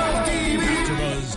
AfterBuzz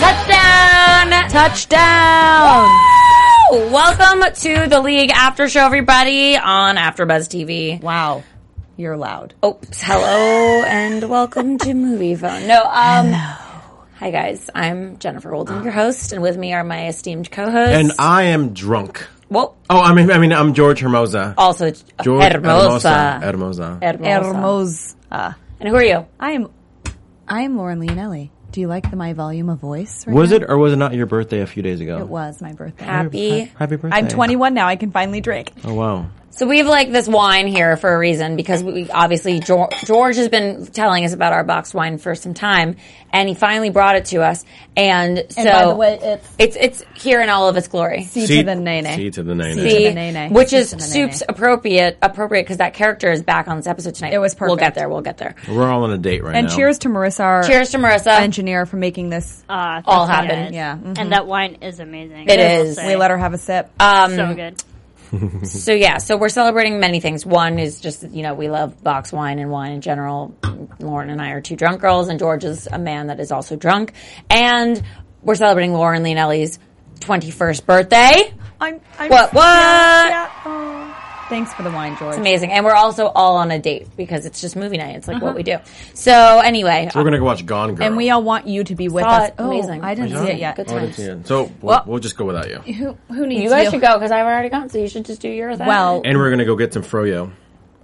Touchdown! Touchdown! Woo! Welcome to the league after show, everybody, on AfterBuzz TV. Wow. You're loud. Oops, hello, and welcome to Movie Phone. No, um, hi guys, I'm Jennifer Golden, your host, and with me are my esteemed co-hosts. And I am drunk. well, Oh, I mean, I mean, I'm George Hermosa. Oh, also George Hermosa. Hermosa. Hermosa. Hermosa. Hermos. And who are you? I am I am Lauren Leonelli. Do you like the my volume of voice? right Was now? it or was it not your birthday a few days ago? It was my birthday. Happy. Happy birthday. I'm 21 now. I can finally drink. Oh wow. So we have like this wine here for a reason because we obviously Geor- George has been telling us about our boxed wine for some time, and he finally brought it to us. And so, by the way, it's- it's it's here in all of its glory. See, to the nene. See to the nene. to See? the nene. which See is to the nene. soup's appropriate appropriate because that character is back on this episode tonight. It was We'll perfect. get there. We'll get there. We're all on a date right and now. cheers to Marissa, our Cheers to Marissa. engineer, for making this. Uh, All that's happen. good. Yeah, mhm. And that wine is amazing. It I will is. say. we let her have a sip. so good. So yeah, so we're celebrating many things. One is just you know we love box wine and wine in general. Lauren and I are two drunk girls, and George is a man that is also drunk. And we're celebrating Lauren Leonelli's twenty first birthday. I'm, I'm What, what? Yeah, yeah. Oh. Thanks for the wine, George. Amazing, and we're also all on a date because it's just movie night. It's like what we do. So anyway, We're gonna go watch Gone Girl. And we all want you to be with Saw us. Oh, it. Amazing. I didn't Amazing. see it yet. Good I didn't see it. So we'll, we'll just go without you. Who, who needs uh, you guys should go because I've already gone. So you should just do yours. then. Well, And we're gonna go get some froyo.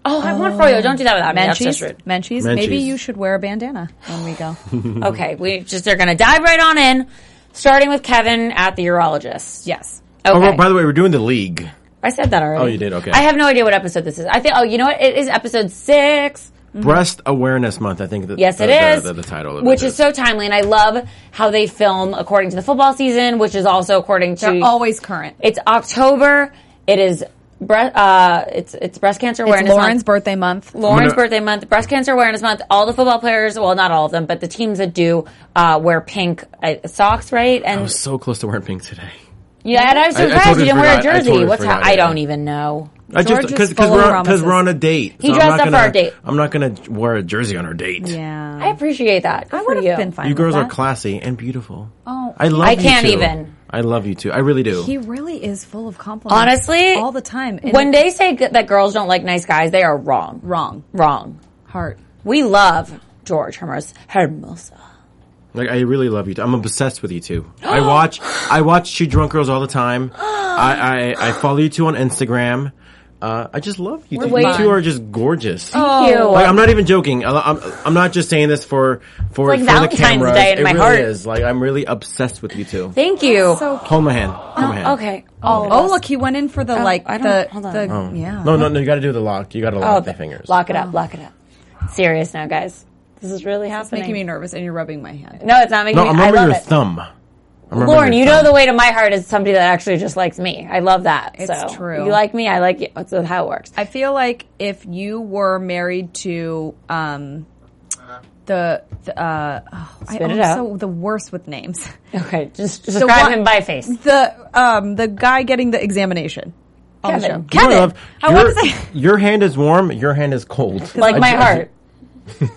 oh, I want froyo. Don't do that without me. That's Menchie's, just rude. Menchie's, maybe Menchie's. you should wear a bandana when we go. Mm-hmm. Okay, we just they're gonna dive right on in, starting with Kevin at the urologist. yes. Okay. Oh, well, by the way, we're doing the league. Mm-hmm. I said that already. Oh, you did? Okay. I have no idea what episode this is. I think. Oh, you know what? It is episode six. Breast Awareness Month. I think. That, Yes, it the, the- is. The, the title of which it is so timely, and I love how they film according to the football season, which is also according to They're always current. It's October. It is bre- uh, it's it's breast cancer It's awareness. Lauren's month. birthday month. Lauren's I'm gonna- birthday month, breast cancer awareness month. All the football players, well, not all of them, but the teams that do uh, wear pink uh, socks, right? And I was so close to wearing pink today. yeah, and I was I- I surprised totally you didn't wear a forgot. I jersey. totally What's forgot, I yeah. don't even know. I just George is because full of we're on, 'cause promises. we're on a date. He so dressed I'm not up for gonna, our date. I'm not gonna wear a jersey on our date. Yeah. I appreciate that. Good I for would you. have been fine. You with girls that. are classy and beautiful. Oh. I love. I you can't too. even. I love you too. I really do. He really is full of compliments. Honestly, all the time. And when they say g- that girls don't like nice guys, they are wrong. wrong Wrong. heart. We love George Hermos Hermosa. like I really love you. Too. I'm obsessed with you too. I watch. I watch two drunk girls all the time. I, I I follow you two on Instagram. Uh, I just love you. two. You waiting. two are just gorgeous. Oh. Thank you. Like, I'm not even joking. I- I'm, I'm not just saying this for for, It's like for Valentine's the cameras. Day in it my really heart. is. Like I'm really obsessed with you two. Thank you. So Hold my hand. Hold my hand. Uh, okay. All of oh us. look, he went in for the like Oh, I don't- the hold on. the yeah. Oh. No, no, no. You got to do the lock. You got to Oh, lock the fingers. Lock it up. Oh. Lock it up. Serious now, guys. This is really It's happening. making me nervous, and you're rubbing my hand. no, it's not making No, me. I'm I remembering love your it. thumb. I'm remembering Lauren, your you know thumb. the way to my heart is somebody that actually just likes me. I love that. It's so true. You like me, I like you. That's how it works. I feel like if you were married to um the, the uh oh, I Spit am it out. so the worst with names. Okay, just describe one- him by face. the um the guy getting the examination. on the Kevin. show. You know what I love? I want to your, say your hand is warm. Your hand is cold. Like my I- I- heart.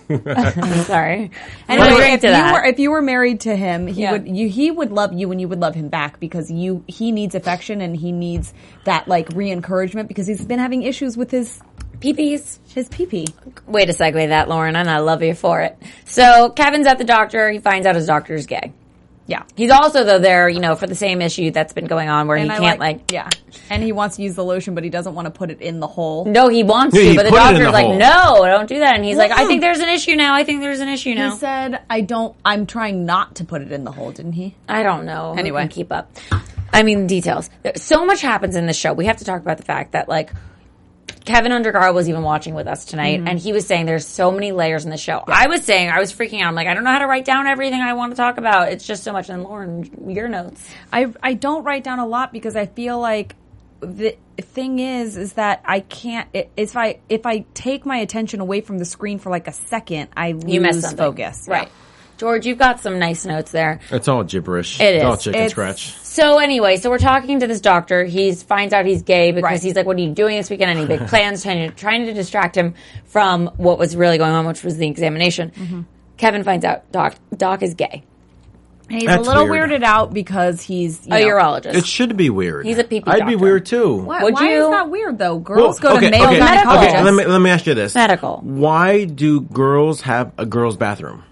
I'm sorry. Anyway, Anyway, we'll if get to you that. were if you were married to him, he Yeah. would you he would love you and you would love him back because you he needs affection and he needs that like re-encouragement because he's been having issues with his PPs. his pee pee. Way to segue that, Lauren, and I love you for it. So Kevin's at the doctor. He finds out his doctor's gay. Yeah. He's also though there, you know, for the same issue that's been going on where And he I can't like, yeah. And he wants to use the lotion, but he doesn't want to put it in the hole. No, he wants Yeah, to, he but the put it in doctor's the like, hole. no, don't do that. And he's like, I Wow. think there's an issue now. I think there's an issue He now. said, "I don't. I'm trying not to put it in the hole." Didn't he? I don't know. Who Anyway. can keep up. I mean, details. There- So much happens in this show. We have to talk about the fact that like Kevin Undergaro was even watching with us tonight, and he was saying there's so many layers in the show. I was saying I was freaking out. I'm like, I don't know how to write down everything I want to talk about. It's just so much. And Lauren, your notes. I I don't write down a lot because I feel like the thing is is that I can't i- if I if I take my attention away from the screen for like a second, I lose You missed something. focus. Yeah. right? George, you've got some nice notes there. It's all gibberish. It It's all is. chicken It's- scratch. So anyway, so we're talking to this doctor. He finds out he's gay because Right. he's like, "What are you doing this weekend?" Any big plans? Trying to trying to distract him from what was really going on, which was the examination. Mm-hmm. Kevin finds out Doc Doc is gay. And he's That's a little weird. weirded out because he's you A know- urologist. It should be weird. He's a pee-pee I'd be doctor. weird too. Why, Would why you- is that weird though? Girls go to okay, male okay, medical. gynecologists. Okay, let me let me ask you this. Medical. Why do girls have a girls' bathroom?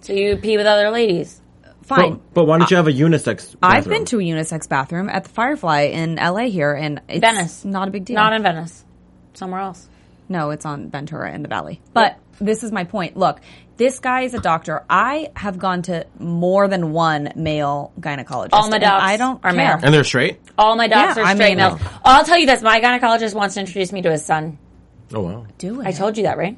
so you pee with other ladies. Fine. But, but why don't you have a unisex? Bathroom? I've been to a unisex bathroom at the Firefly in LA here, and it's Venice, not a big deal. Not in Venice, somewhere else. No, it's on Ventura in the Valley. But this is my point. Look, this guy is a doctor. I have gone to more than one male gynecologist. All my and docs I don't are care. male. and they're straight. All my docs Yeah, are I straight mean- males. I'll tell you this: my gynecologist wants to introduce me to his son. Oh wow. Do it. I told you that, right?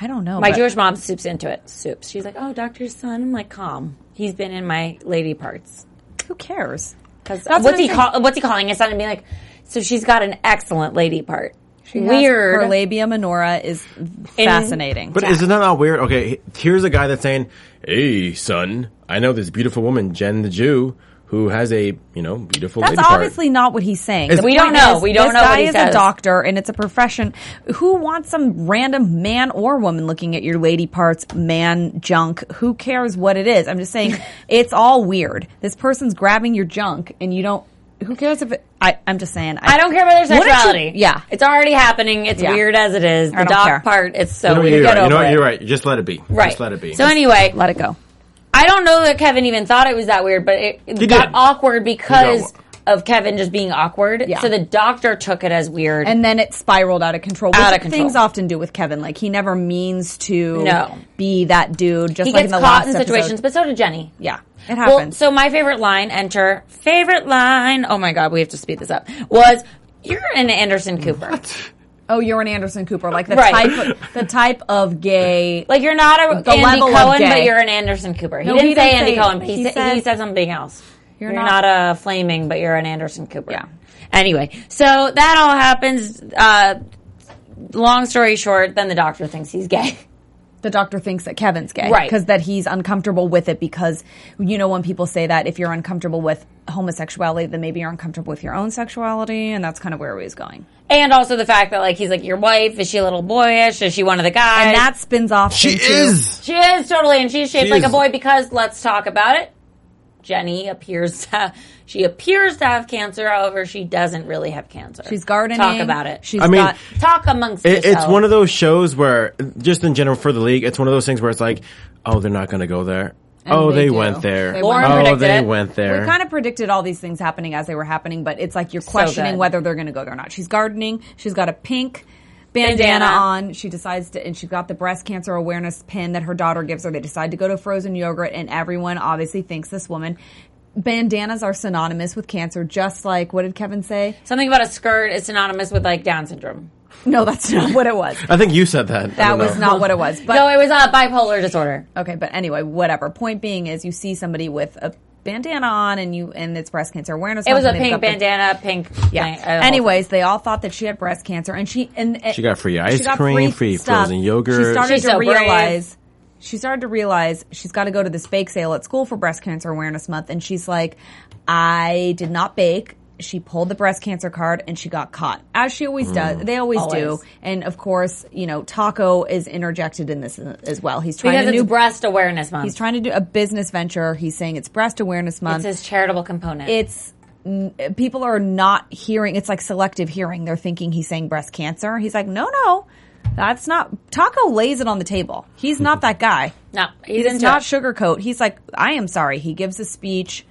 I don't know. My but- Jewish mom soups into it. Soups. She's like, "Oh, doctor's son." I'm like, "Calm. He's been in my lady parts." Who cares? Because That's what's what I'm he saying. call, what's he calling his son and being like? So she's got an excellent lady part. She has- Weird. Her labia minora is fascinating. But isn't that not weird? Okay, h- here's a guy that's saying, "Hey, son, I know this beautiful woman, Jen the Jew, who has a you know beautiful." That's lady part." obviously not what he's saying. It's- The We point don't know. is, We don't this know what guy he is says. a doctor, and it's a profession. Who wants some random man or woman looking at your lady parts, man junk? Who cares what it is? I'm just saying, it's all weird. This person's grabbing your junk, and you don't. Who cares if it, I? I'm just saying. I don't care about their What if she- sexuality. yeah. it's already happening. It's Yeah. weird as it is. The don't dog care. part. It's so You know, weird. you're Get right. You over know what? it. You're right. Just let it be. Right. Just let it be. So anyway, Let it go. I don't know that Kevin even thought it was that weird, but it, it got did. awkward because He got of Kevin just being awkward. Yeah. So the doctor took it as weird. And then it spiraled out of control. Which Out of control. Things often do with Kevin. Like he never means to No. be that dude. Just he like gets in the caught last in episode. situations, but so did Jenny. Yeah, it happens. Well, so my favorite line, enter favorite line. Oh my god, we have to speed this up. Was you're an Anderson Cooper. Oh, you're an Anderson Cooper, like the Right. type, the type of gay. Like you're not a The Andy level of Cohen, gay. but you're an Anderson Cooper. He No, didn't he say didn't Andy say- Cohen. But he, he sa- said- he said something else. You're, not, not- a flaming, but you're an Anderson Cooper. Yeah. Anyway, so that all happens. Uh, long story short, then the doctor thinks he's gay. the doctor thinks that Kevin's gay, Right. Because that he's uncomfortable with it. Because you know when people say that if you're uncomfortable with homosexuality, then maybe you're uncomfortable with your own sexuality, and that's kind of where he was going. And also the fact that like he's like your wife is she a little boyish? Is she one of the guys? And that spins off. she into- is. She is totally, and she's shaped She like a is. boy because let's talk about it. Jenny appears to she appears to have cancer, however, she doesn't really have cancer. She's gardening. Talk about it. She's I mean, got. talk amongst It, it's yourselves. one of those shows where, just in general for the league, it's one of those things where it's like, oh, they're not going to go there. oh, they they, do. went there. They Lauren oh, predicted they it. went there. We kind of predicted all these things happening as they were happening, but it's like you're questioning good. whether they're going to go there or not. She's gardening. She's got a pink bandana, Bandana. on. She decides to, and she's got the breast cancer awareness pin that her daughter gives her. They decide to go to frozen yogurt, and everyone obviously thinks this woman. Bandanas are synonymous with cancer, just like what did Kevin say? something about a skirt is synonymous with like Down syndrome. No, that's not what it was. I think you said that. I That don't was know. not what it was. But no, it was uh, bipolar disorder. Okay, but anyway, whatever. Point being is you see somebody with a bandana on and you and it's breast cancer awareness. It was a month and they've pink got the- bandana, pink. Yeah. thing, uh, Anyways, they all thought that she had breast cancer, and she and, and She got free she ice got cream, free frozen yogurt. She started She's to so brave. realize. She started to realize she's got to go to this bake sale at school for Breast Cancer Awareness Month, and she's like, "I did not bake." She pulled the breast cancer card and she got caught, as she always Mm. does. They always, Always. do, and of course, you know, Taco is interjected in this as well. He's trying because to it's new breast awareness month. He's trying to do a business venture. He's saying it's Breast Awareness Month it's his charitable component. it's n- people are not hearing it's like selective hearing they're thinking he's saying breast cancer he's like no no That's not Taco lays it on the table. He's not that guy. No, he's He's into not it. sugarcoat. He's like, I am sorry. He gives a speech.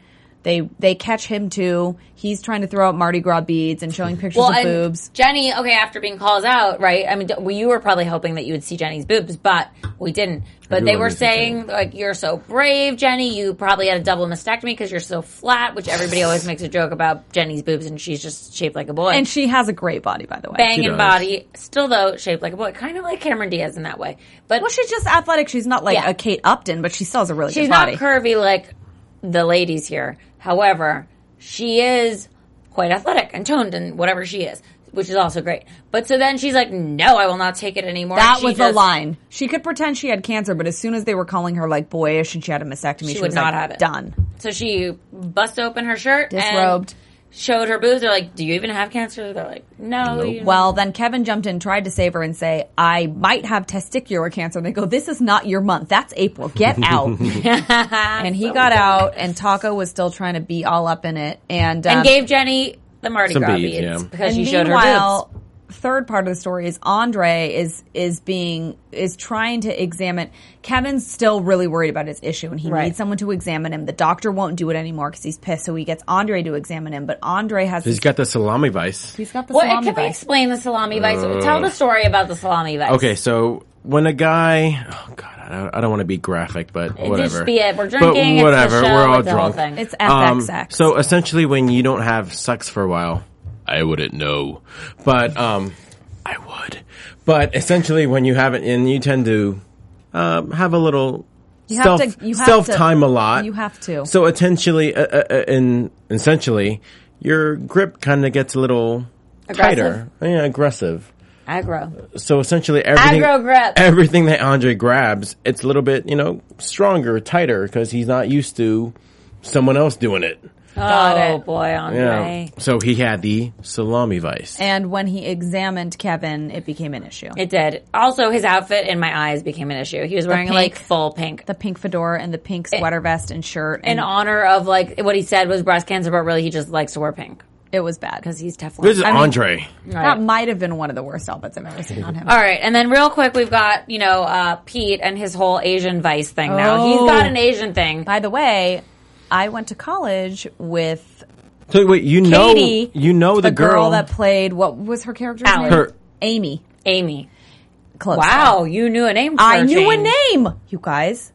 They they catch him too. He's trying to throw out Mardi Gras beads and showing pictures of and boobs. Jenny, okay, after being called out, right? I mean, d- well, you were probably hoping that you would see Jenny's boobs, but we didn't. But they Everyone were is insane. saying, like, you're so brave, Jenny. You probably had a double mastectomy because you're so flat, which everybody always makes a joke about Jenny's boobs, and she's just shaped like a boy. And she has a great body, by the way. She Banging does. body, still though shaped like a boy, kind of like Cameron Diaz in that way. But Well, she's just athletic. She's not like Yeah. a Kate Upton, but she still has a really She's good not body. curvy like the ladies here. However, she is quite athletic and toned and whatever she is, which is also great. But so then she's like, "No, I will not take it anymore." that She was the just- line. She could pretend she had cancer, but as soon as they were calling her like boyish and she had a mastectomy, she, would was not like, have it. Done. So she busts open her shirt, and Disrobed. showed her boobs. They're like, "Do you even have cancer?" They're like, "No." you don't." Well, then Kevin jumped in, tried to save her, and say, "I might have testicular cancer." And they go, "This is not your month. That's April. Get out." and he got out, and Taco was still trying to be all up in it, and um, and gave Jenny the Mardi Some Gras beads, beads yeah. because and she showed her boobs. meanwhile, third part of the story is Andre is is being is trying to examine. Kevin's still really worried about his issue, and he Right. needs someone to examine him. The doctor won't do it anymore because he's pissed, so he gets Andre to examine him. But Andre has He's this- got the salami vice. he's got the What, salami can we vice. explain the salami vice? Tell the story about the salami vice. Okay, so when a guy, oh god, I don't, I don't want to be graphic, but whatever. just be it. We're But drinking, it's the whatever. show, we're all it's the whole drunk. thing. It's Um, FXX. so essentially, when you don't have sex for a while, I wouldn't know, but um, I would. But essentially, when you haven't, and you tend to um, have a little have self to- you have self to- time a lot. you have to. So essentially, uh, uh, uh, in essentially, your grip kind of gets a little Aggressive? tighter, yeah, aggressive. aggro. So essentially, everything Aggro grip. everything that Andre grabs, it's a little bit you know stronger, tighter because he's not used to someone else doing it. oh it. boy, Andre. Yeah. So he had the salami vice. and when he examined Kevin, it became an issue. It did. Also, his outfit in my eyes became an issue. He was wearing like pink. full pink. the pink fedora and the pink sweater vest and shirt, in and honor of like what he said was breast cancer, but really he just likes to wear pink it was bad because he's Teflon. this is Andre. that might have been one of the worst outfits I've ever seen on him. All right, and then real quick, we've got you know uh, Pete and his whole Asian Vice thing. Now he's Oh. got an Asian thing. By the way, I went to college with so wait, you know, Katie, you know the, girl, that played what was her character's Alice. name? Her- Amy. Amy. Close. Wow, you knew a name. For I a knew a change. name. You guys,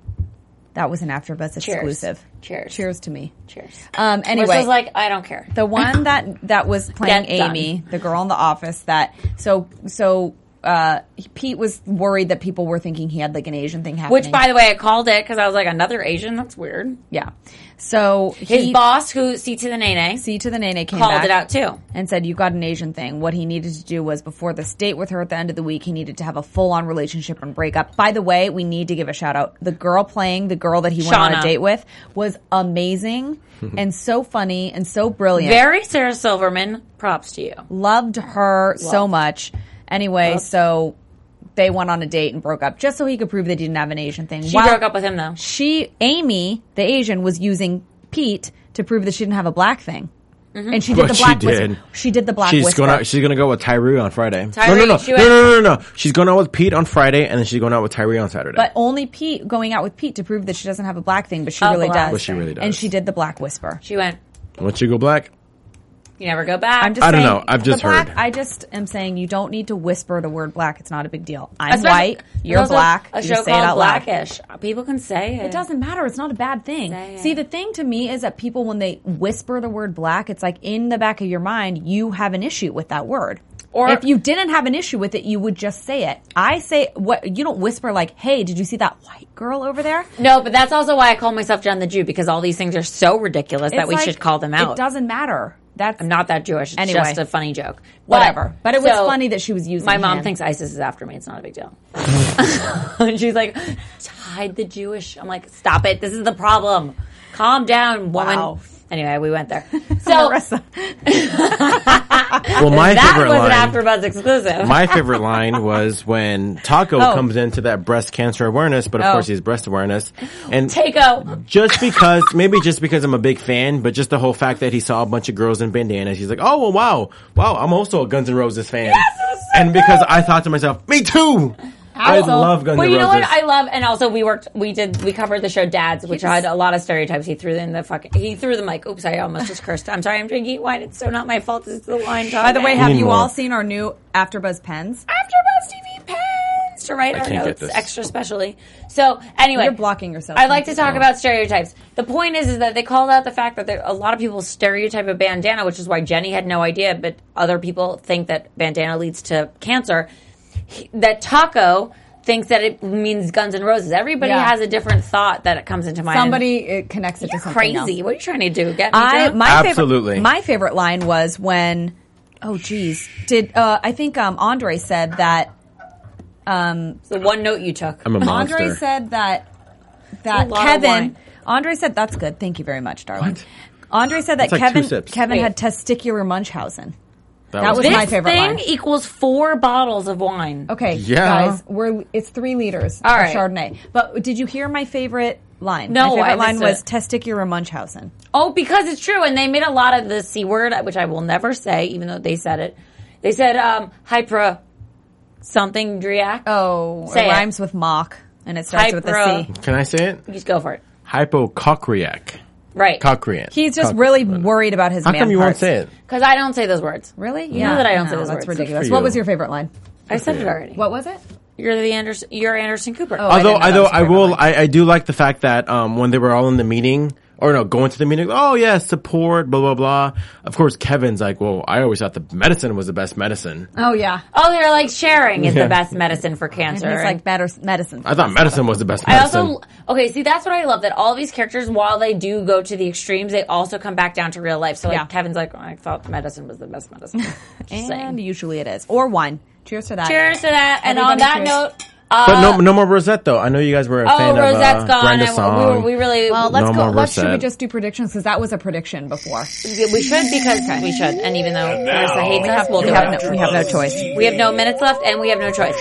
that was an AfterBuzz exclusive. Cheers. Cheers to me. Cheers. Um. Anyway, Anyway, like I don't care. the one that that was playing That's done. Amy, the girl in the office. That so so. Uh, Pete was worried that people were thinking he had like an Asian thing happening. Which, by the way, I called it because I was like another Asian. That's weird. yeah. So His he, boss, who see to the nene, C to the Nene came called back. it out too. and said, You got an Asian thing. What he needed to do was before this date with her at the end of the week, he needed to have a full on relationship and break up. By the way, we need to give a shout out. The girl playing the girl that he went on Shauna. a date with was amazing and so funny and so brilliant. Very Sarah Silverman. Props to you. Loved her so much. Anyway, so they went on a date and broke up just so he could prove that he didn't have an Asian thing. She broke up with him though. She, Amy, the Asian, was using Pete to prove that she didn't have a black thing. Mm-hmm. And she did But the black she whisper. did. She did the black she's whisper. gonna she's gonna go with Tyree on Friday. Tyree, no, no, no, she no, went- no, no, no, no. She's going out with Pete on Friday, and then she's going out with Tyree on Saturday. But only Pete going out with Pete to prove that she doesn't have a black thing, but she A really black does. But she really does. And she did the black whisper. She went. Once you go black, You never go back. I'm just I don't saying, know. I've the just black- heard. I just am saying you don't need to whisper the word black. It's not a big deal. I'm Especially- white. You're also black. A you show say it called out loud. Blackish. People can say it. It doesn't matter. It's not a bad thing. Say it. See, the thing to me is that people, when they whisper the word black, it's like in the back of your mind, you have an issue with that word. Or- Or if you didn't have an issue with it, you would just say it. I say what you don't whisper like, "Hey, did you see that white girl over there?" No, but that's also why I call myself John the Jew because all these things are so ridiculous that It's we like, should call them It out. doesn't matter. That's I'm not that Jewish. It's Anyway. just a funny joke. But- whatever. But, it was so, funny that she was using. My mom him. thinks ISIS is after me. It's not a big deal. and she's like, "Hide the Jewish." I'm like, "Stop it. This is the problem. Calm down, woman." Wow. Anyway, we went there. So Marissa. Well, my that favorite was line. an AfterBuzz exclusive. my favorite line was when Taco Oh. comes into that breast cancer awareness, but of Oh. course he's breast awareness, and Takeo. just because, maybe just because I'm a big fan, but just the whole fact that he saw a bunch of girls in bandanas, he's like, oh well, wow, wow, I'm also a Guns N' Roses fan, and because I thought to myself, me too. I Also- love Guns Well, N' you know what Roses. I love, and also we worked, we did, we covered the show Dads, which had a lot of stereotypes. He threw in the fucking, he threw them like, oops, I almost just cursed. I'm sorry, I'm drinking wine. It's so not my fault. It's the wine. By the way, have need you more. all seen our new AfterBuzz pens? AfterBuzz TV pens to write our can't get notes this. extra specially. So anyway, You're blocking yourself. I like to talk about stereotypes. The point is, is that they called out the fact that there, a lot of people stereotype a bandana, which is why Jenny had no idea, but other people think that bandana leads to cancer. He- that Taco thinks that it means Guns and Roses. Everybody Yeah. has a different thought that it comes into mind. Somebody it connects it to something crazy. else. What are you trying to do? Get me I drunk? my Absolutely. favorite my favorite line was when oh geez did uh, I think um, Andre said that um, the one note you took. I'm a monster. Andre said that that It's a lot of Kevin wine. Andre said that's good thank you very much darling Andre said that That's like two Kevin sips. Kevin Wait. had testicular Munchausen that, was this my favorite thing line. equals four bottles of wine. okay Yeah. guys we're it's three liters All of right. Chardonnay but did you hear my favorite line No, my I favorite line was missed testicular Munchausen Oh, because it's true. And they made a lot of the C word, which I will never say, even though they said it. They said, um, hyper something driac. oh Say it it. rhymes with mock and it starts with a Hypro- C Can I say it? Just go for it. Hypochondriac. Right. Cochrean. he's just Coch- really worried about his How man come you won't parts. say it? Because I don't say those words. Really? You know that I don't say those that's words. ridiculous. for What you. was your favorite line? I said it already. What was it? You're the Anderson, you're Anderson Cooper. Oh, I although didn't know that although was your I favorite will line. I, I do like the fact that um when they were all in the meeting or no going to the meeting oh yeah support blah blah blah of course Kevin's like well I always thought the medicine was the best medicine Oh yeah, Oh, they're like sharing is Yeah. the best medicine for cancer. it's And- like better medicine. I thought medicine was the best I medicine also okay. See, that's what I love. That all these characters, while they do go to the extremes, they also come back down to real life. So, like Yeah. Kevin's like, "Oh, I thought medicine was the best medicine. Just saying. and usually it is or wine. Cheers to that. Cheers to that. And on that Everybody note, but no no more Rosette though I know you guys were a uh, oh, fan Rosette's of uh, gone. Brenda's and we were- song we, really Well, Uh, let's No go. more Let's should we Rosette. just do predictions because that was a prediction before. we should because we should. And even though Marissa hates us, we'll We do have it. no, we have no choice. We have no minutes left, and we have no choice.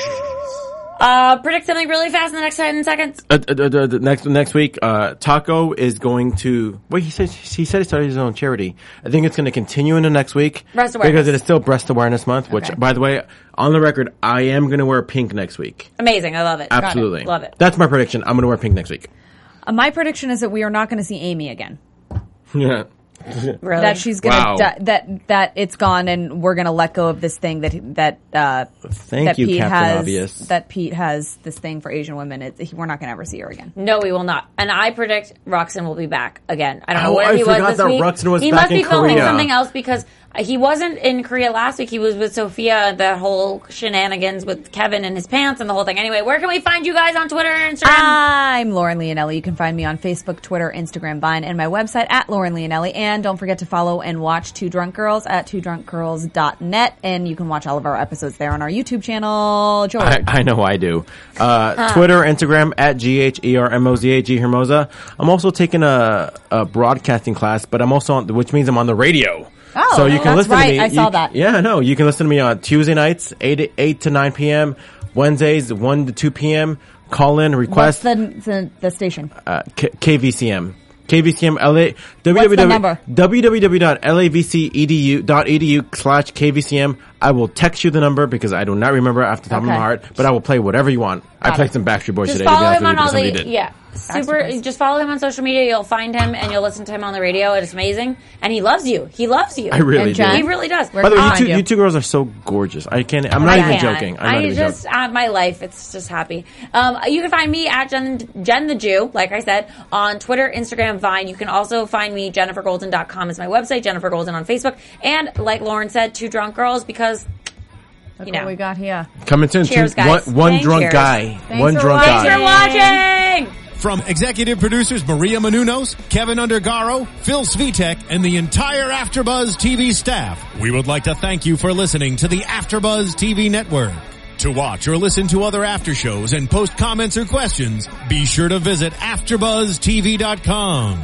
Uh, predict something really fast in the next ten seconds. uh, uh, uh, uh, next next week uh Taco is going to wait he said he said he started his own charity I think it's going to continue into next week Breast awareness. because it is still breast awareness month which Okay. by the way on the record I am going to wear pink next week Amazing. I love it. Absolutely. Love it. That's my prediction. I'm going to wear pink next week. Uh, my prediction is that we are not going to see Amy again. Yeah. Really. That she's going to Wow. di- that that it's gone, and we're going to let go of this thing that that uh, Thank that you, Pete Captain has Obvious. that Pete has this thing for Asian women. It, he- we're not going to ever see her again. No, we will not. And I predict Roxon will be back again. I don't know Oh, where I he was forgot this that week. Roxanne was he back must be in filming Korea. something else because he wasn't in Korea last week. He was with Sophia, the whole shenanigans with Kevin and his pants and the whole thing. Anyway, where can we find you guys on Twitter and Instagram? I'm Lauren Leonelli. You can find me on Facebook, Twitter, Instagram, Vine, and my website at Lauren Leonelli. And don't forget to follow and watch Two Drunk Girls at twodrunkgirls.net. And you can watch all of our episodes there on our YouTube channel. George. I, I know I do. Uh, Twitter, Instagram at G H E R M O Z A G Hermosa. I'm also taking a, a broadcasting class, but I'm also on, which means I'm on the radio. Oh, so you can that's listen right. to me. I You- saw that. Yeah, no, you can listen to me on Tuesday nights, 8, 8 to 9 p.m., Wednesdays, 1 to 2 p.m., call in, What's request, the, the, the station? uh, K- KVCM. KVCM LA, number? E www.lavcedu.edu slash KVCM. I will text you the number because I do not remember off the top of Okay. my heart, but I will play whatever you want. I Got played it. some Backstreet Boys just today. to be follow honest him on with you, all because the somebody did. yeah super. Boys. Just follow him on social media. You'll find him and you'll listen to him on the radio. It's amazing, and he loves you. He loves you. I really And Jen? do. He really does. Where By the way, can I you two, find you? you two girls are so gorgeous. I can't, I'm I not even can't. joking. I'm I not even just joking. uh, my life. It's just happy. Um, you can find me at Jen, Jen the Jew, like I said, on Twitter, Instagram, Vine. You can also find me jennifergolden.com is my website. Jennifer Golden on Facebook, and like Lauren said, two drunk girls because Look you know. what we got here. Coming soon. two- Cheers, guys. One, one Thank drunk cheers. guy. one for drunk watching. guy. Thanks for watching. From executive producers Maria Manunos, Kevin Undergaro, Phil Svitek, and the entire Afterbuzz TV staff, we would like to thank you for listening to the Afterbuzz TV network. To watch or listen to other after shows and post comments or questions, be sure to visit AfterbuzzTV.com.